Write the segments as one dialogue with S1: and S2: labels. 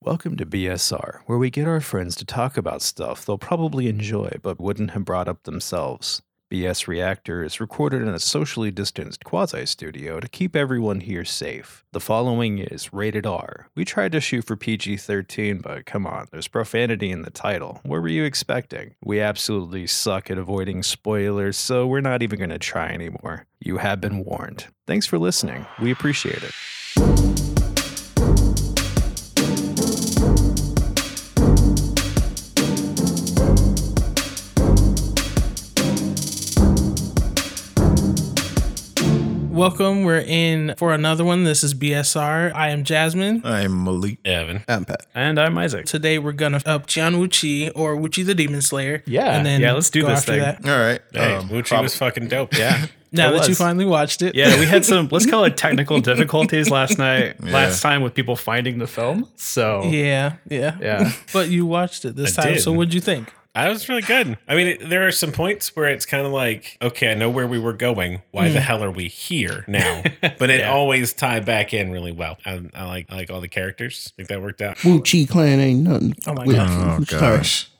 S1: Welcome to BSR, where we get our friends to talk about stuff they'll probably enjoy but wouldn't have brought up themselves. BS Reactor is recorded in a socially distanced quasi studio to keep everyone here safe. The following is rated R. We tried to shoot for PG 13, but come on, there's profanity in the title. What were you expecting? We absolutely suck at avoiding spoilers, so we're not even going to try anymore. You have been warned. Thanks for listening. We appreciate it.
S2: Welcome. We're in for another one. This is BSR. I am Jasmine.
S3: I'm Malik.
S4: Evan.
S3: I'm Pat.
S4: And I'm Isaac.
S2: Today we're gonna up John Wuchi or Wuchi the Demon Slayer.
S4: Yeah.
S2: and then
S4: Yeah, let's do
S2: go
S4: this
S2: after
S4: thing.
S2: that.
S3: All right.
S5: Hey,
S3: um,
S5: Lucci
S3: prob-
S5: was fucking dope. Yeah.
S2: Now that you
S4: was.
S2: finally watched it,
S4: Yeah, we had some let's call it technical difficulties last night,
S3: Yeah.
S4: last time with people finding the film. So
S2: yeah, yeah,
S4: yeah,
S2: But you watched it this
S5: I
S2: time.
S5: did.
S2: So what'd you think?
S5: I was really good. I mean, it, there are some points where it's kind of like, okay, I know where we were going. Why the hell are we here now? But it
S4: Hmm. Yeah.
S5: always tied back in really well. I, I like I like all the characters. I think that worked out.
S6: Wu Chi Clan ain't nothing.
S2: Oh my
S6: with-
S2: gosh.
S3: Oh
S6: I'm sorry.
S3: gosh.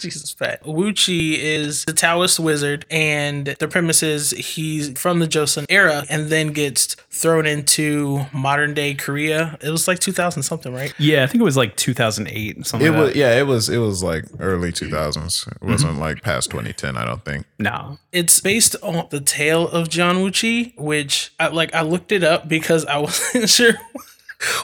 S2: Jesus Pat. Wuchi is the Taoist wizard, and the premise is he's from the Joseon era and then gets thrown into modern day Korea. It was like 2000 something, right?
S4: yeah. I think it was like 2008 and something.
S3: It
S4: like
S3: was
S4: that.
S3: yeah, it was it was like early
S4: Mm-hmm.
S3: 2000s. It wasn't like past 2010, I don't think.
S4: no,
S2: It's based on the tale of John Wuchi, which I like. I looked it up because I wasn't sure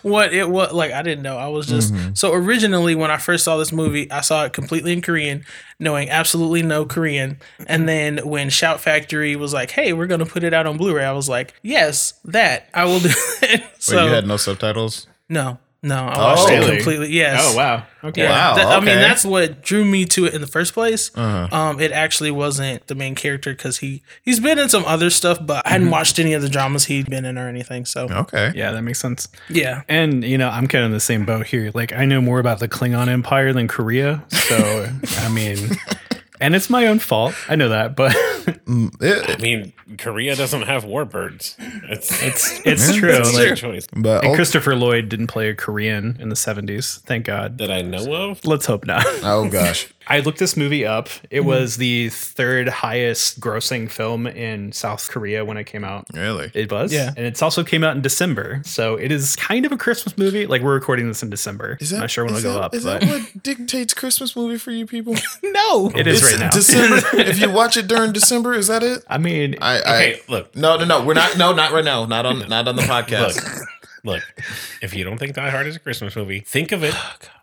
S2: what it was. Like I didn't know. I was just
S3: Mm-hmm.
S2: so originally when I first saw this movie, I saw it completely in Korean, knowing absolutely no Korean. And then when Shout Factory was like, "Hey, we're gonna put it out on Blu-ray," I was like, "Yes, that I will do." That.
S3: Wait,
S2: so
S3: you had no subtitles?
S2: no, no, I watched it
S3: really?
S2: completely. Yes.
S4: oh wow, okay,
S2: Yeah.
S3: Wow,
S2: That- I mean,
S3: okay.
S2: that's what drew me to it in the first place.
S3: Uh-huh.
S2: Um, it actually wasn't the main character because he he's been in some other stuff, but I hadn't watched any of the dramas he'd been in or anything. So
S3: Okay.
S4: yeah, that makes sense.
S2: yeah,
S4: And you know, I'm kind of in the same boat here. Like, I know more about the Klingon Empire than Korea, so I mean, and it's my own fault. I know that, but
S3: It-
S5: I mean, Korea doesn't have warbirds. It's it's
S4: it's true.
S5: it's
S4: like-
S5: their choice
S3: but oh,
S4: and
S3: ul-
S4: Christopher Lloyd didn't play a Korean in the 70s. Thank God.
S5: that I know of.
S4: Let's hope not.
S3: oh gosh.
S4: I looked this movie up.
S3: Mm-hmm.
S4: It was the third highest grossing film in South Korea when it came out.
S3: Really?
S4: It was.
S2: Yeah.
S4: And it's also came out in December. So it is kind of a Christmas movie. Like we're recording this in December.
S3: Is
S4: I'm not sure when it'll
S3: is
S4: go
S3: that-
S4: up.
S3: Is
S4: but
S3: that what dictates Christmas movie for you people?
S2: no,
S4: it is right now.
S3: December. if you watch it during December, is that it?
S4: I mean,
S3: I, I
S5: Okay, look,
S3: No, no, no. We're not no, not right now. Not on not on the podcast.
S5: look, look. If you don't think Die Hard is a Christmas movie, think of it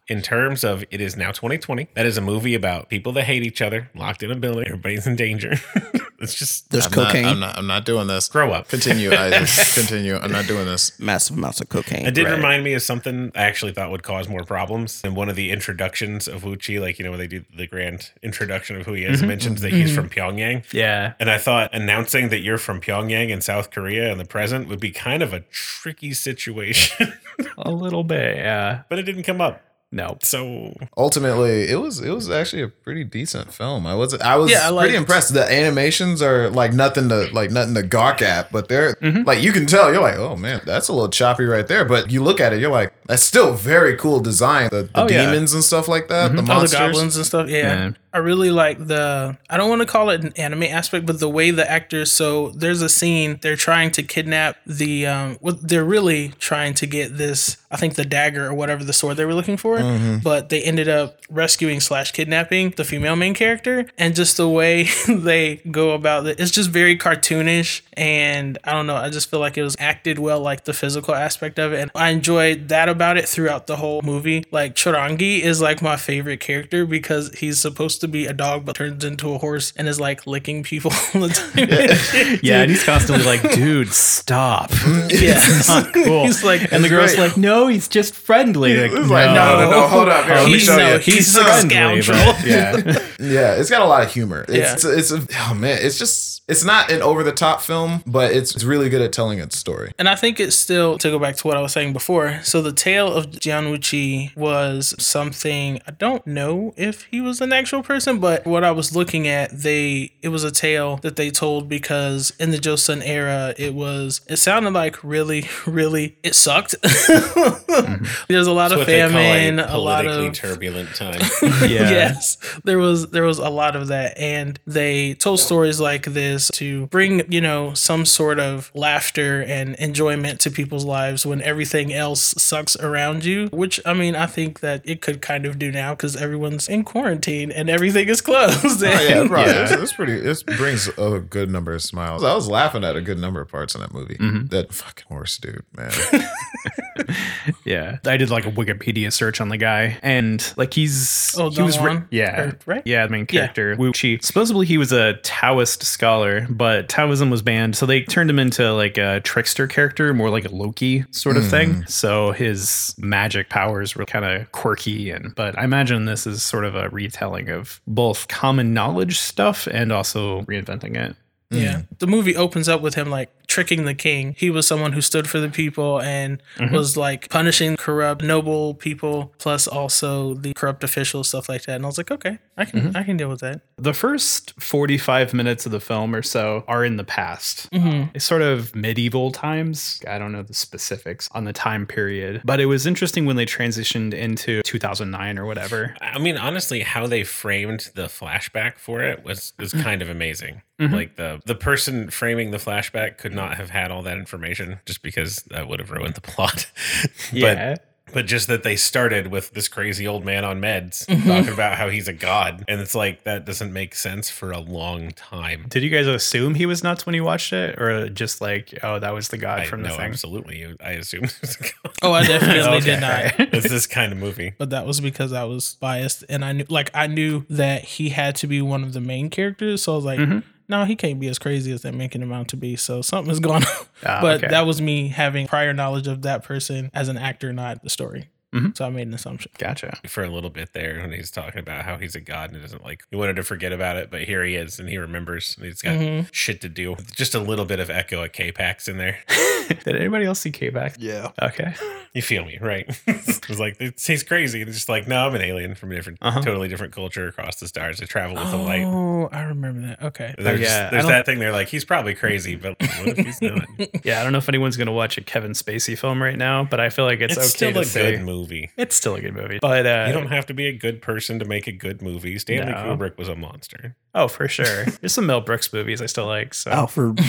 S5: in terms of it is now 2020. That is a movie about people that hate each other, locked in a building, everybody's in danger. it's just
S6: There's
S3: I'm not-
S6: cocaine,
S3: I'm not I'm not doing this.
S5: grow up.
S3: Continue, Isaac. Continue. I'm not doing this.
S6: massive amounts of cocaine.
S5: It did remind me of something I actually thought would cause more problems. In one of the introductions of Wuchi, like, you know, when they do the grand introduction of who he is, it mentions that he's from Pyongyang.
S4: yeah.
S5: And I thought announcing that you're from Pyongyang in South Korea in the present would be kind of a tricky situation,
S4: A little bit. Yeah.
S5: but it didn't come up.
S4: No.
S5: So
S3: ultimately it was it was actually a pretty decent film. I was I was
S2: Yeah, I liked
S3: pretty
S2: it.
S3: impressed. The animations are like nothing to like nothing to gawk at, but they're
S2: Mm-hmm.
S3: like you can tell you're like, oh man, that's a little choppy right there. But you look at it, you're like, that's still very cool design. The, the
S4: Oh, yeah.
S3: demons and stuff like that, the
S2: all Mm-hmm. Oh, the
S3: monsters.
S2: goblins and stuff. Yeah,
S4: Man.
S2: I really like the. I don't want to call it an anime aspect, but the way the actors. So there's a scene they're trying to kidnap the. Um, what they're really trying to get this. I think the dagger or whatever the sword they were looking for,
S3: Mm-hmm.
S2: but they ended up rescuing slash kidnapping the female main character, and just the way they go about it, it's just very cartoonish, and I don't know. I just feel like it was acted well, like the physical aspect of it, and I enjoyed that about it throughout the whole movie. Like Chorangi is like my favorite character because he's supposed to be a dog but turns into a horse and is like licking people all the time.
S4: Yeah. And he's constantly like, dude, stop.
S2: yeah,
S4: Not cool.
S2: he's like,
S4: and the girl's like, no, he's just friendly. Like,
S3: It's like, no, no, no, hold up. Here, let me
S2: He's
S3: show
S2: no,
S3: you.
S2: he's a
S4: friendly,
S2: scoundrel.
S4: but- Yeah.
S3: Yeah, it's got a lot of humor. It's
S2: Yeah.
S3: it's, a, it's a, oh man, it's just it's not an over the top film, but it's, it's really good at telling its story.
S2: And I think it's still to go back to what I was saying before. So the tale of Gianluci was something I don't know if he was an actual person, but what I was looking at, they it was a tale that they told because in the Joseon era, it was it sounded like really, really it sucked. There's a lot
S5: That's
S2: of
S5: Mm-hmm. what they call
S2: famine,
S5: a
S2: a lot
S5: politically
S2: of
S5: turbulent time.
S2: yes there was there was a lot of that and they told stories like this to bring you know some sort of laughter and enjoyment to people's lives when everything else sucks around you which i mean i think that it could kind of do now because everyone's in quarantine and everything is closed
S3: Oh, yeah,
S2: And-
S3: right. It's, it's pretty. It brings a good number of smiles. I was laughing at a good number of parts in that movie. That fucking horse dude, man.
S4: Yeah, I did like a Wikipedia search on the guy, and like he's
S2: Oh,
S4: he
S2: Don
S4: was ri-
S2: Juan?
S4: yeah
S2: Or- right?
S4: yeah the main character Wuxi. Supposedly he was a Taoist scholar, but Taoism was banned, so they turned him into like a trickster character, more like a Loki sort of thing. So his magic powers were kind of quirky, and but I imagine this is sort of a retelling of both common knowledge stuff and also reinventing it.
S2: Yeah.
S4: Mm.
S2: The movie opens up with him like tricking the king. He was someone who stood for the people and
S4: Mm-hmm.
S2: was like punishing corrupt noble people plus also the corrupt officials stuff like that. And I was like, "Okay, I can
S4: Mm-hmm.
S2: I can deal with that."
S4: The first 45 minutes of the film or so are in the past.
S2: Mm-hmm.
S4: It's sort of medieval times. I don't know the specifics on the time period, but it was interesting when they transitioned into 2009 or whatever.
S5: I mean, honestly, how they framed the flashback for it was was kind of amazing.
S4: Mm-hmm.
S5: Like the the person framing the flashback could not have had all that information just because that would have ruined the plot.
S4: Yeah.
S5: But but just that they started with this crazy old man on meds
S4: Mm-hmm.
S5: talking about how he's a god, and it's like that doesn't make sense for a long time.
S4: Did you guys assume he was nuts when you watched it, or just like, oh, that was the guy
S5: I
S4: from the
S5: know,
S4: thing?
S5: absolutely. I assume it's a god.
S2: Oh, I definitely did
S4: Okay.
S2: not.
S5: it's this kind of movie.
S2: But that was because I was biased and I knew like I knew that he had to be one of the main characters, so I was like,
S4: Mm-hmm.
S2: "No, he can't be as crazy as they're making him out to be." So something is going on.
S4: Ah,
S2: but
S4: okay.
S2: that was me having prior knowledge of that person as an actor, not the story.
S4: Mm-hmm.
S2: So I made an assumption.
S4: Gotcha.
S5: for a little bit there when he's talking about how he's a god and doesn't like he wanted to forget about it, but here he is and he remembers and he's got
S4: Mm-hmm.
S2: Mm-hmm.
S5: shit to do. Just a little bit of echo at K Pax in there.
S4: Did anybody else see K back? Yeah. Okay.
S5: You feel me, right? it's like it's, he's crazy. And it's just like, no, I'm an alien from a different
S4: Uh-huh.
S5: totally different culture across the stars. I travel with the light.
S2: Oh, I remember that. Okay.
S5: There's,
S4: yeah, I
S5: there's
S4: don't-
S5: that thing they're like, he's probably crazy, but like, what if he's not? It's,
S4: Yeah, I don't know if anyone's going to watch a Kevin Spacey film right now, but I feel like it's, okay
S5: still
S4: to
S5: a
S4: say
S5: good movie.
S4: it's still a good movie. But uh,
S5: You don't have to be a good person to make a good movie. Stanley
S4: No.
S5: Kubrick was a monster.
S4: Oh, for sure. There's some Mel Brooks movies I still like. So
S6: Alfred uh,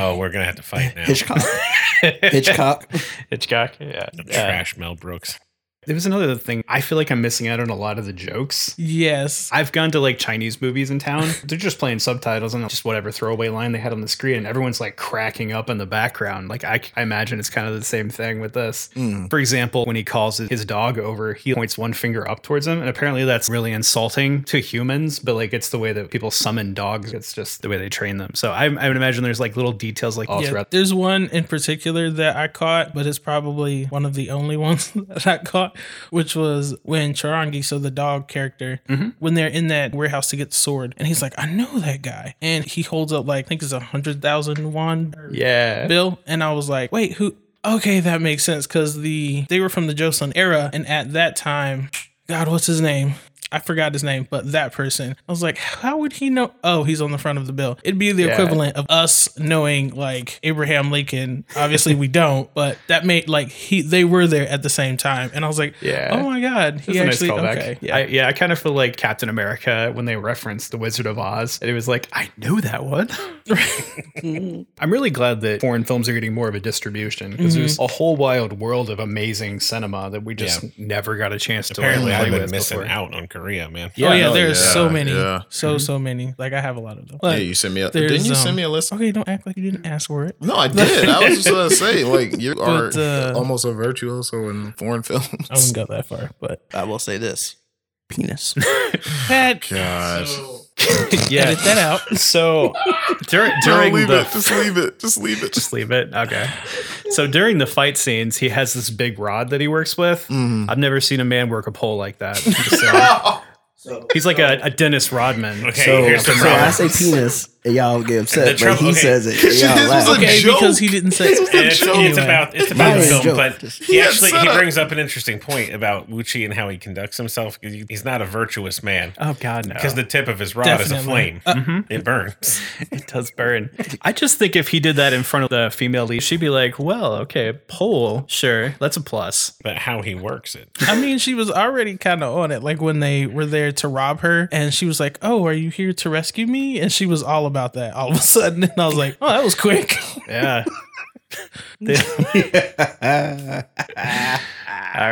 S5: Oh, we're gonna have to fight now.
S6: Hitchcock.
S4: Oh,
S6: Hitchcock.
S4: Hitchcock. Yeah. yeah.
S5: Trash Mel Brooks.
S4: There was another thing. I feel like I'm missing out on a lot of the jokes.
S2: Yes.
S4: I've gone to like Chinese movies in town. They're just playing subtitles and just whatever throwaway line they had on the screen, and everyone's like cracking up in the background. Like I, I imagine it's kind of the same thing with this.
S3: Mm.
S4: For example, when he calls his dog over, he points one finger up towards him, and apparently that's really insulting to humans. But like it's the way that people summon dogs. It's just the way they train them. So I, I would imagine there's like little details like all
S2: Yeah,
S4: throughout.
S2: there's one in particular that I caught, but it's probably one of the only ones that I caught, which was when Charangi, so the dog character,
S5: Mm-hmm.
S2: when they're in that warehouse to get the sword, and he's like, I know that guy. And he holds up, like, I think it's a 100,000 won or
S4: Yeah.
S2: bill. And I was like, wait, who? Okay, that makes sense because the they were from the Joseon era, and at that time, God, what's his name? I forgot his name, but that person. I was like, how would he know? Oh, he's on the front of the bill. It'd be the equivalent of us knowing like Abraham Lincoln. Obviously, we don't, but that made like he they were there at the same time, and I was like,
S4: Yeah.
S2: oh my God, he
S4: That's
S2: actually
S4: a nice callback.
S2: okay,
S4: yeah, I, yeah. I kind of feel like Captain America when they referenced the Wizard of Oz, and it was like, I know that one. I'm really glad that foreign films are getting more of a distribution because there's a whole wild world of amazing cinema that we just never got a chance to
S5: Apparently,
S4: learn
S5: I've been
S4: with
S5: missing
S4: before.
S5: out on Korea, man.
S2: oh yeah,
S3: no,
S2: there's
S3: yeah,
S2: so many,
S3: yeah.
S2: so so many. Like I have a lot of them.
S3: Yeah,
S2: Like,
S3: you sent me. A,
S2: there's,
S3: didn't you
S2: um,
S3: send me a list?
S2: Okay, don't act like you didn't ask for it.
S3: No, I did. I was just gonna say, like, you are
S2: But, uh, Oh,
S3: almost a virtuoso in foreign films.
S2: I wouldn't go that far, but
S6: I will say this. Penis.
S2: Pat,
S3: God,
S4: Yeah.
S2: edit that out.
S4: So during
S3: no,
S4: during
S3: leave
S4: the
S3: it. Just leave it. Just leave it.
S4: just leave it. Okay. So during the fight scenes, he
S3: Mm.
S4: has this big rod that he works with. I've never seen a man work a pole like that. I'm just saying.
S6: So,
S4: He's like a, a Dennis Rodman.
S5: Okay,
S6: so,
S5: here's the
S6: so when I
S5: problem.
S6: say penis, and y'all get
S5: The
S6: upset,
S5: trouble-
S6: but he
S5: okay.
S6: says it. and Y'all
S3: This was
S6: laugh.
S3: a-
S2: Okay,
S3: joke.
S2: because he didn't say
S3: This was a
S2: it.
S5: it's,
S3: joke.
S5: it's about it's about the
S6: Mine is a
S5: film,
S6: joke.
S5: but
S6: Just-
S5: he
S3: Yeah,
S5: actually
S3: shut
S5: he
S3: up.
S5: brings up an interesting point about Wuchi and how he conducts himself. 'cause he- He's not a virtuous man
S4: Oh God, no.
S5: because the tip of his rod is a
S2: Definitely.
S5: flame; it burns.
S4: It does burn. I just think if he did that in front of the female lead, she'd be like, "Well, okay, pole, sure, that's a plus."
S5: But how he works it,
S2: I mean, she was already kind of on it. Like when they were there to rob her, and she was like, "Oh, are you here to rescue me?" And she was all about that all of a sudden. And I was like, "Oh, that was quick."
S4: Yeah. They- All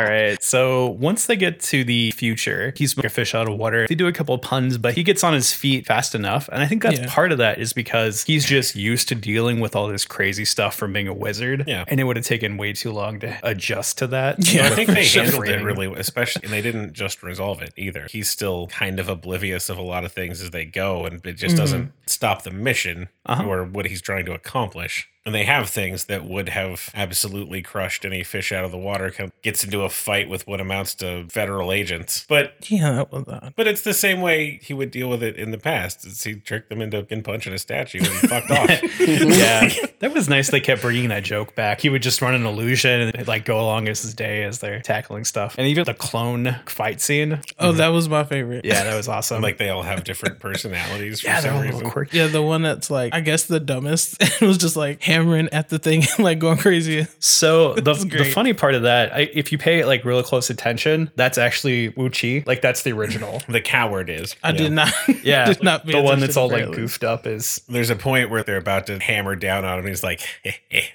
S4: right. So once they get to the future, he's like a fish out of water. They do a couple of puns, but he gets on his feet fast enough. And I think that's
S2: Yeah.
S4: part of that is because he's just used to dealing with all this crazy stuff from being a wizard.
S5: Yeah.
S4: And it would have taken way too long to adjust to that.
S5: So I think they
S4: Shit
S5: handled it
S4: framing.
S5: really, well, especially, and they didn't just resolve it either. He's still kind of oblivious of a lot of things as they go, and it just doesn't stop the mission
S4: Mm-hmm. Uh-huh.
S5: or what he's trying to accomplish. And they have things that would have absolutely crushed any fish out of the water. Kind of gets into a fight with what amounts to federal agents, but
S2: yeah, that was odd.
S5: But it's the same way he would deal with it in the past. Is he tricked them into in punching a statue and fucked off.
S4: yeah, that was nice. They kept bringing that joke back. He would just run an illusion and it'd, like go along as his day as they're tackling stuff, and even the clone fight scene.
S2: Oh, that was my favorite.
S4: Mm-hmm. Yeah, that was awesome.
S5: Like they all have different personalities for
S4: yeah, they're all
S5: some
S4: a little
S5: reason.
S4: quirky.
S2: Yeah, the one that's like, I guess the dumbest It was just like hammering at the thing and like going crazy.
S4: So the, the
S2: great.
S4: funny part of that, I, if you pay like really close attention, that's actually Wu Chi. Like that's the original.
S5: The coward is.
S2: I
S5: you
S2: did
S5: know.
S2: not.
S4: Yeah,
S2: did not. pay
S4: the one
S2: attention
S4: that's all like
S2: apparently.
S4: goofed up is
S5: There's a point where they're about to hammer down on him. He's like,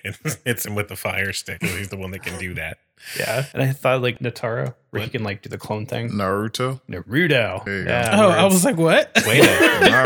S5: and hits him with the fire stick. 'cause He's the one that can do that.
S4: yeah. And I thought like Natara, where he can like do the clone thing.
S3: Naruto.
S4: Naruto.
S3: There you go.
S4: Yeah,
S2: Oh,
S4: where
S2: I
S4: it's-
S2: was like, what?
S5: Way to,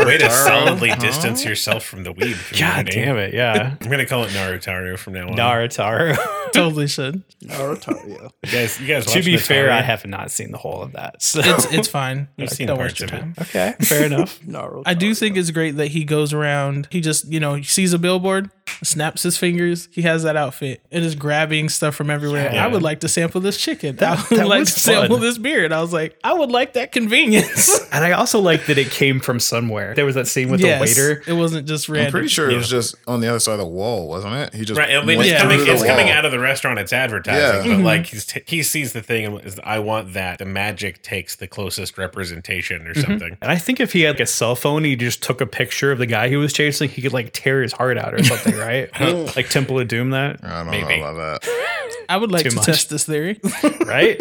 S5: way to
S3: Naruto,
S5: solidly
S3: huh?
S5: distance yourself from the weeb.
S4: God
S5: community.
S4: damn it! Yeah,
S5: I'm gonna call it Naruto from now on.
S4: Naruto.
S2: totally should.
S6: Naruto,
S5: You guys, you guys.
S4: to
S5: watch
S4: be fair,
S5: Naruto?
S4: I have not seen the whole of that. So
S2: It's it's fine.
S5: You've seen
S2: Don't
S5: parts
S2: waste your
S5: of
S2: time.
S5: it.
S4: okay, fair enough.
S6: Naruto.
S2: I do think it's great that he goes around. He just, you know, he sees a billboard, snaps his fingers. He has that outfit. It is grabbing stuff from everywhere.
S4: Yeah.
S2: I would like to sample this chicken. I would
S4: that
S2: like
S4: was
S2: to sample
S4: fun.
S2: this beard. I was like, I would like that convenience.
S4: And I also like that it came from somewhere. There was that scene with
S2: Yes,
S4: the waiter.
S2: It wasn't just
S3: I'm
S2: random.
S3: pretty sure it was just on the other side of the wall, wasn't it? He just
S5: Right, I mean,
S3: went
S5: it's,
S2: Yeah.
S5: coming,
S3: through the
S5: it's coming
S3: wall.
S5: out of the Mm-hmm. restaurant. It's advertising,
S3: Yeah.
S5: but like he's t- he sees the thing and is, I want that. The magic takes the closest representation or something.
S4: And I think if he had like a cell phone, he just took a picture of the guy he was chasing, he could like tear his heart out or something, right? like Temple of Doom, that
S3: I don't
S5: Maybe.
S3: know about that.
S2: I would like
S4: Too
S2: to
S4: much.
S2: test this theory.
S4: right?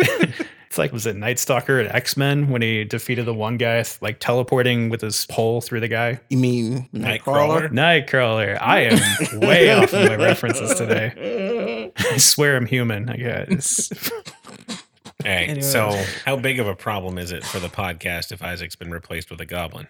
S4: it's like was it Night Stalker and X Men when he defeated the one guy like teleporting with his pole through the guy?
S6: You mean Nightcrawler?
S5: Nightcrawler.
S4: Nightcrawler. I am way off of my references today. I swear I'm human. I guess.
S5: Hey,
S2: Anyway.
S5: so how big of a problem is it for the podcast if Isaac's been replaced with a goblin?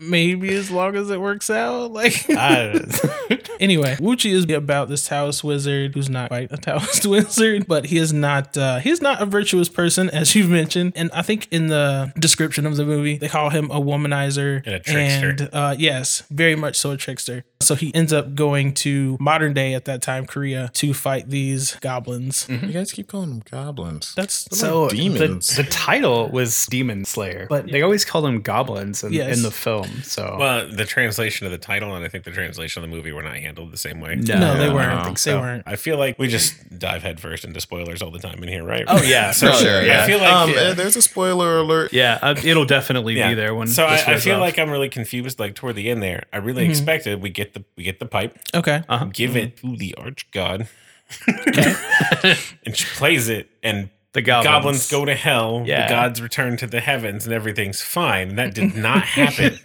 S2: Maybe as long as it works out. Like
S4: I don't know.
S2: anyway, Wuchi is about this Taoist wizard who's not quite a Taoist wizard, but he is not uh he's not a virtuous person, as you've mentioned. And I think in the description of the movie, they call him a womanizer
S5: And a trickster.
S2: and, uh yes, very much so a trickster. So he ends up going to modern day at that time, Korea, to fight these goblins.
S3: You guys keep calling them goblins.
S2: That's
S4: So
S3: like demons.
S4: The, the title was Demon Slayer, but they always call them goblins in,
S2: Yes.
S4: in the film. So
S5: Well, the translation of the title and I think the translation of the movie were not handled the same way. Um,
S2: no, they
S4: I don't
S2: weren't.
S4: think
S2: They
S4: so.
S2: weren't.
S5: I feel like we just dive headfirst into spoilers all the time in here, right?
S4: Oh yeah, for
S3: No,
S4: sure.
S5: I
S4: Yeah,
S5: feel like
S3: Um, eh, there's a spoiler alert.
S4: yeah, I- it'll definitely
S5: Yeah.
S4: be there when.
S5: so
S4: this
S5: I, I
S4: wears
S5: feel
S4: off. Mm-hmm.
S5: like I'm really confused. Like toward the end there, I really expected we get the we get the pipe,
S2: Okay.
S4: Oh, Uh-huh,
S5: give it to the arch god, and she plays it, and
S4: the goblins.
S5: goblins go to hell.
S4: Yeah.
S5: The gods return to the heavens, and everything's fine. And that did not happen.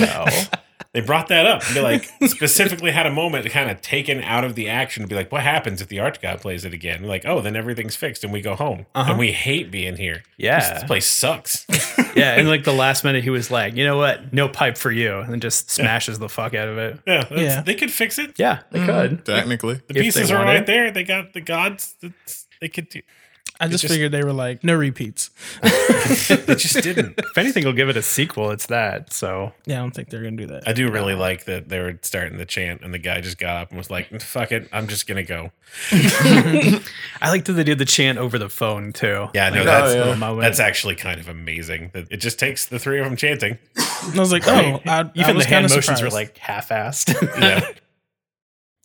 S4: No.
S5: they brought that up. They like specifically had a moment to kind of taken out of the action to be like, what happens if the arch god plays it again? Like, oh, then everything's fixed, and we go home, and we hate being here.
S4: Uh-huh. Yeah.
S5: this place sucks.
S4: yeah, and like the last minute, he was like, "You know what? No pipe for you," and then just smashes the fuck out of it.
S5: yeah, that's-
S2: Yeah.
S5: they could fix it.
S4: Yeah, they could.
S3: Technically.
S5: The
S4: If they
S5: pieces are
S4: want
S5: right
S4: it.
S5: there. They got the gods. That's, they could do.
S2: I just,
S5: just-
S2: figured they were like no repeats.
S5: it just didn't.
S4: If anything will give it a sequel, it's that. So
S2: Yeah, I don't think they're gonna do that.
S5: I do really like that they were starting the chant, and the guy just got up and was like, "Fuck it, I'm just gonna go."
S4: I like that they did the chant over the phone too.
S5: Yeah, no,
S4: Like,
S5: that's
S4: the
S3: Oh, yeah.
S4: moment.
S5: that's actually kind of amazing. That it just takes the three of them chanting.
S2: And I was like, oh, I, I
S4: even
S2: was
S4: the
S2: kind
S4: hand
S2: of
S4: motions
S2: surprised.
S4: were like half-assed.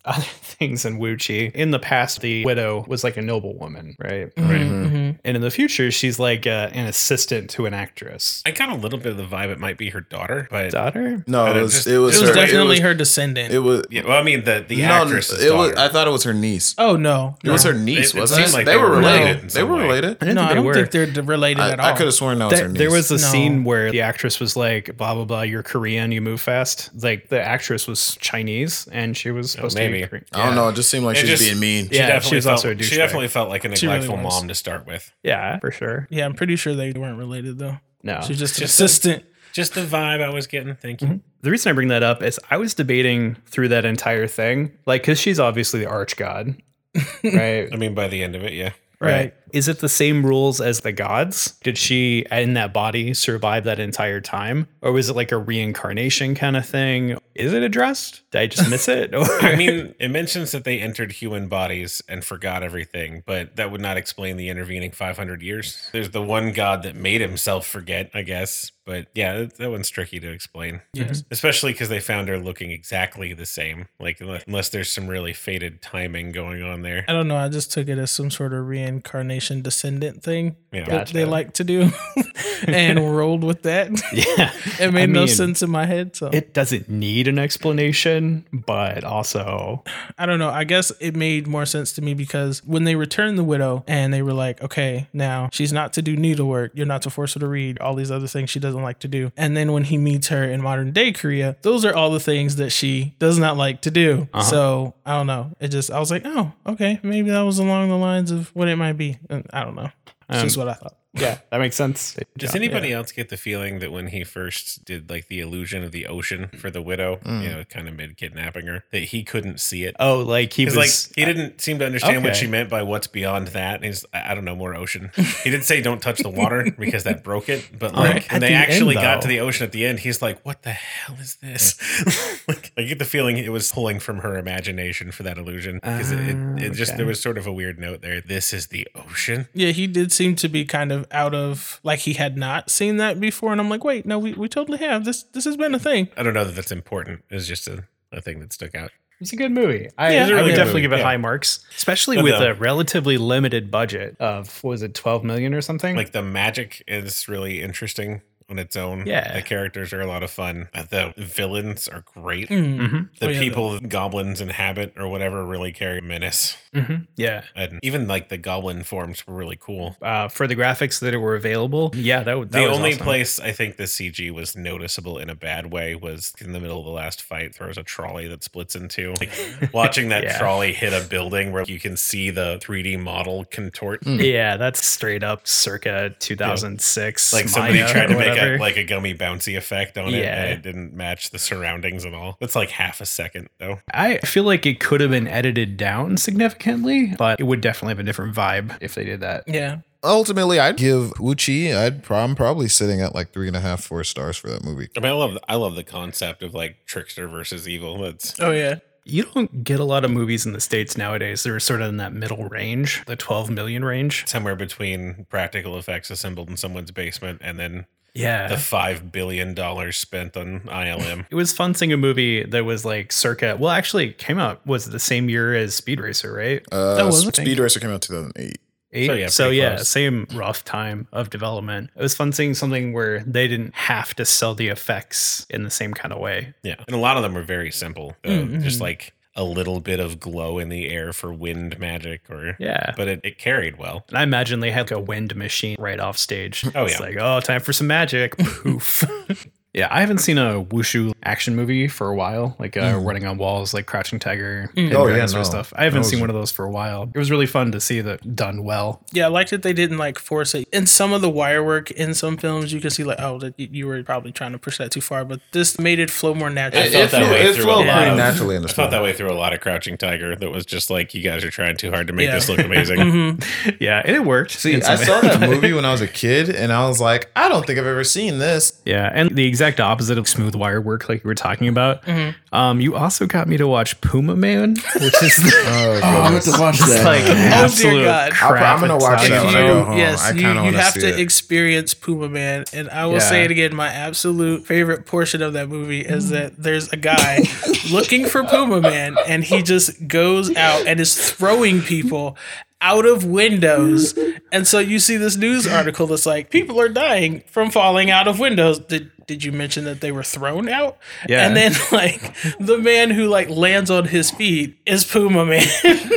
S5: Yeah,
S4: Other things in Wuchi. In the past, the widow was like a noblewoman, right?
S2: Mhm,
S5: Right.
S2: mhm.
S4: And in the future, she's like uh, an assistant to an actress.
S5: I got a little bit of the vibe it might be her daughter, but
S4: Daughter?
S3: No,
S5: But
S3: it
S5: it
S3: was
S5: just-
S3: it was,
S2: It was
S3: her,
S2: definitely
S3: it was,
S2: her descendant.
S3: It was
S5: yeah, well, I mean the the
S3: no,
S5: actress.
S3: it was. I thought it was her niece.
S2: oh no,
S3: It was
S2: no.
S3: her niece,
S5: It- it
S3: wasn't it?
S5: seemed like
S3: they, were related.
S5: in
S3: They
S5: some
S3: were
S5: way.
S3: related.
S4: didn't
S2: no,
S4: think
S2: I
S4: they
S2: don't
S4: were.
S2: think they're d- related
S3: I,
S2: at all.
S3: could have sworn that was
S4: There-
S3: her niece.
S4: there was a
S2: No.
S4: scene where the actress was like, blah, blah, blah, you're Korean, you move fast. Like, the actress was Chinese and she was supposed to
S5: Oh, maybe.
S4: be Korean.
S3: I don't know. It just seemed like
S5: It
S3: she was
S5: just-
S3: being mean.
S5: She
S4: Yeah,
S5: definitely
S4: she was
S5: felt,
S4: also a
S5: She
S4: douchebag.
S5: definitely felt like a
S2: She really
S5: neglectful
S2: was.
S5: mom to start with.
S4: Yeah, for sure.
S2: Yeah, I'm pretty sure they weren't related though.
S4: No.
S2: She's just an
S5: Just-
S2: assistant.
S5: Just the vibe I was getting. Thank you.
S4: the reason I bring that up is I was debating through that entire thing, like, because she's obviously the arch god, right?
S5: I mean, by the end of it, yeah.
S2: Right.
S4: Is it the same rules as the gods? Did she in that body survive that entire time? Or was it like a reincarnation kind of thing? Is it addressed? Did I just miss it? Or
S5: I mean, it mentions that they entered human bodies and forgot everything, but that would not explain the intervening 500 years. There's the one god that made himself forget, I guess. But yeah, that, that one's tricky to explain,
S2: Yes.
S5: especially because they found her looking exactly the same. Like, unle- unless there's some really faded timing going on there.
S2: I don't know. I just took it as some sort of reincarnation descendant thing
S5: Yeah.
S2: that
S4: Gotcha.
S2: they like to do and rolled with that.
S4: yeah.
S2: It made
S4: I
S2: no
S4: mean,
S2: sense in my head. So
S4: It doesn't need an explanation, but also
S2: I don't know. I guess it made more sense to me because when they returned the widow and they were like, okay, now she's not to do needlework. You're not to force her to read, all these other things she doesn't like to do. And then when he meets her in modern day Korea, those are all the things that she does not like to do.
S4: Uh-huh.
S2: So I don't know. It just, I was like, oh, okay. Maybe that was along the lines of what it might be. And I don't know. It's
S4: Um,
S2: just what I thought.
S4: yeah, that makes sense.
S5: Does anybody else get the feeling that when he first did like the illusion of the ocean for the widow, you know, kind of mid kidnapping her, that he couldn't see it?
S4: Oh, like he was
S5: Because like he didn't seem to understand what
S4: Okay.
S5: she meant by what's beyond that. And He's I I don't know more ocean. He did say don't touch the water because that broke it. But like
S4: Right.
S5: when
S4: At
S5: they
S4: the end,
S5: actually got
S4: though.
S5: to the ocean at the end, he's like, "What the hell is this?" like, I get the feeling it was pulling from her imagination for that illusion because it, it, it just
S4: Ah, Okay.
S5: there was sort of a weird note there. This is the ocean.
S2: Yeah, he did seem to be kind of out of like he had not seen that before, and I'm like, wait, no, we, we totally have this. This has been a thing.
S5: I don't know that that's important. It's just a, a thing that stuck out.
S4: It's a good movie. I,
S2: Yeah,
S4: I
S2: it's a really
S4: would
S2: good
S4: definitely
S5: movie,
S4: give it
S5: yeah. uh,
S4: high marks, especially
S5: But
S4: with
S5: the-
S4: a relatively limited budget of what was it, twelve million or something?
S5: Like the magic is really interesting on its own.
S4: Yeah.
S5: the characters are a lot of fun. Uh, The villains are great.
S2: Mm.
S4: Mhm,
S5: the
S2: Oh, yeah,
S5: people goblins inhabit or whatever really carry menace
S4: mhm, yeah.
S5: and even like the goblin forms were really cool
S4: Uh, for the graphics that were available, yeah, that, would- that
S5: the
S4: was
S5: only
S4: awesome.
S5: place I think the CG was noticeable in a bad way was in the middle of the last fight. There was a trolley that splits in two. Like, watching that
S4: Yeah.
S5: trolley hit a building where you can see the 3D model contort.
S4: Yeah, that's straight up circa 2006.
S5: Like somebody
S4: Maya
S5: tried to
S4: or
S5: make
S4: whatever.
S5: a, like a gummy bouncy effect on it,
S4: Yeah.
S5: and it didn't match the surroundings at all. It's like half a second though.
S4: I feel like it could have been edited down significantly, but it would definitely have a different vibe if they did that.
S2: Yeah,
S3: Ultimately, I'd give Wuchi. I'd pro- I'm probably sitting at like three and a half, four stars for that movie.
S5: I mean, I love I love the concept of like trickster versus evil. That's
S2: Oh yeah.
S4: You don't get a lot of movies in the states nowadays. They're sort of in that middle range, the 12 million range.
S5: somewhere between practical effects assembled in someone's basement and then
S4: Yeah.
S5: the five billion dollars spent on ILM.
S4: It was fun seeing a movie that was like circa. Well, actually, it came out was the same year as Speed Racer, right?
S3: Uh,
S4: That was-
S3: Speed Racer came out 2008.
S4: Eight?
S5: So, yeah,
S4: so
S5: pretty
S4: yeah,
S5: close.
S4: same rough time of development. It was fun seeing something where they didn't have to sell the effects in the same kind of way.
S5: yeah, and a lot of them were very simple, uh,
S4: Mm-hmm,
S2: Mm,
S5: just
S2: mhm.
S5: like a little bit of glow in the air for wind magic, or
S4: Yeah.
S5: but it, it carried well.
S4: And I imagine they had like a wind machine right off stage.
S5: Oh,
S4: it's
S5: yeah.
S4: like, oh, time for some magic. Poof. Yeah, I haven't seen a wushu action movie for a while, like uh, running on walls, like Crouching Tiger,
S2: Mm.
S4: Hidden
S3: Oh,
S4: Dragon,
S3: yeah,
S4: that sort of
S3: no.
S4: stuff. I haven't
S3: Those-
S4: seen one of those for a while. It was really fun to see that done well.
S2: Yeah, I like that they didn't like force it. In some of the wire work in some films, you can see like, oh, that y- you were probably trying to push that too far, but this made it flow more natural.
S5: I felt
S3: it
S5: that
S3: flew-
S5: way
S3: it
S5: through
S3: flowed
S5: a lot
S3: pretty
S5: of-
S3: naturally in
S5: I
S3: this
S5: felt
S3: film.
S5: that way through a lot of Crouching Tiger. That was just like you guys are trying too hard to make
S2: Yeah.
S5: this look amazing.
S4: Mm-hmm.
S2: Mhm.
S4: Yeah, and it worked.
S3: See,
S4: in
S3: I
S4: some
S3: saw
S4: ways.
S3: that movie when I was a kid, and I was like, I don't think I've ever seen this.
S4: Yeah, and the exact opposite of smooth wire work, like you were talking about.
S2: Mhm.
S4: Um, you also got me to watch Puma Man, which is the,
S3: Oh,
S6: Oh, I'm going to watch
S4: just
S6: that.
S4: like absolute
S2: God.
S4: crap.
S3: I'll- I'm gonna
S4: It's
S3: watch
S4: not
S3: that
S4: even
S3: when I
S4: funny.
S3: go home.
S2: yes,
S3: I
S2: you,
S3: kinda
S2: you
S3: wanna
S2: have
S3: see
S2: to
S3: it.
S2: experience Puma Man, and I will say
S4: Yeah.
S2: it again. My absolute favorite portion of that movie is that there's a guy looking for Puma Man, and he just goes out and is throwing people out of windows. And so you see this news article that's like, people are dying from falling out of windows. Did did you mention that they were thrown out?
S4: Yeah.
S2: And then like the man who like lands on his feet is Puma Man.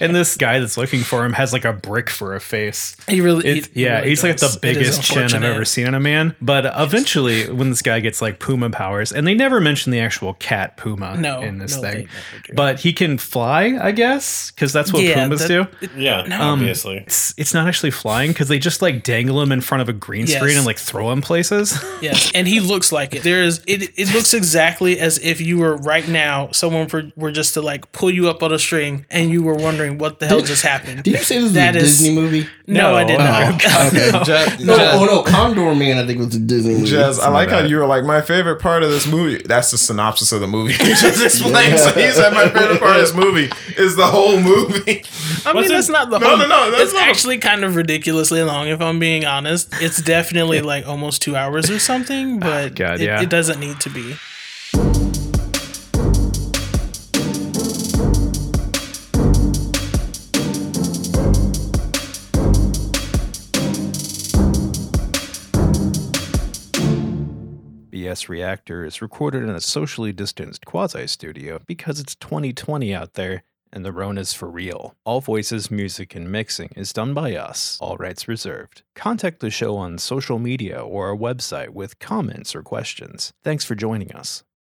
S4: And this guy that's looking for him has like a brick for a face.
S2: he really
S4: It,
S2: he- he
S4: yeah,
S2: really
S4: he's like
S2: does.
S4: the
S2: It is
S4: biggest chin I've
S2: unfortunate.
S4: ever seen in a man. But eventually, when this guy gets like puma powers, and they never mention the actual cat puma
S2: No,
S4: in this
S2: no, they
S4: thing,
S2: never do.
S4: but he can fly, I guess, because that's what
S2: Yeah, that-
S4: pumas do.
S5: yeah,
S4: Um,
S5: obviously.
S4: It's, it's not actually flying because they just like dangle him in front of a green
S2: Yes.
S4: screen and like throw him places.
S2: Yes, and he looks like it. There is it. It looks exactly as if you were right now. Someone for, were just to like pull you up on a string, and you were wondering what the hell just happened.
S6: Did you say this was
S2: That
S6: a
S2: is-
S6: Disney movie?
S2: No, I did
S4: No.
S2: not.
S6: Okay.
S3: Jazz,
S6: No, oh no, Condor Man. I think was a Disney movie.
S3: Jazz, I
S6: Something
S3: like how
S6: that.
S3: you were like, my favorite part of this movie. That's the synopsis of the movie. You just explained. So he said, my favorite part of this movie is the whole movie.
S2: I mean, that's not the
S3: No,
S2: whole.
S3: no, no, that's
S2: it's
S3: not-
S2: actually kind of ridiculously long, if I'm being honest. It's definitely like almost two hours or something, but
S4: God,
S2: it,
S4: yeah.
S2: it doesn't need to be.
S1: BS Reactor is recorded in a socially distanced quasi studio because it's 2020 out there and the Rona's for real. All voices, music, and mixing is done by us, all rights reserved. Contact the show on social media or our website with comments or questions. Thanks for joining us.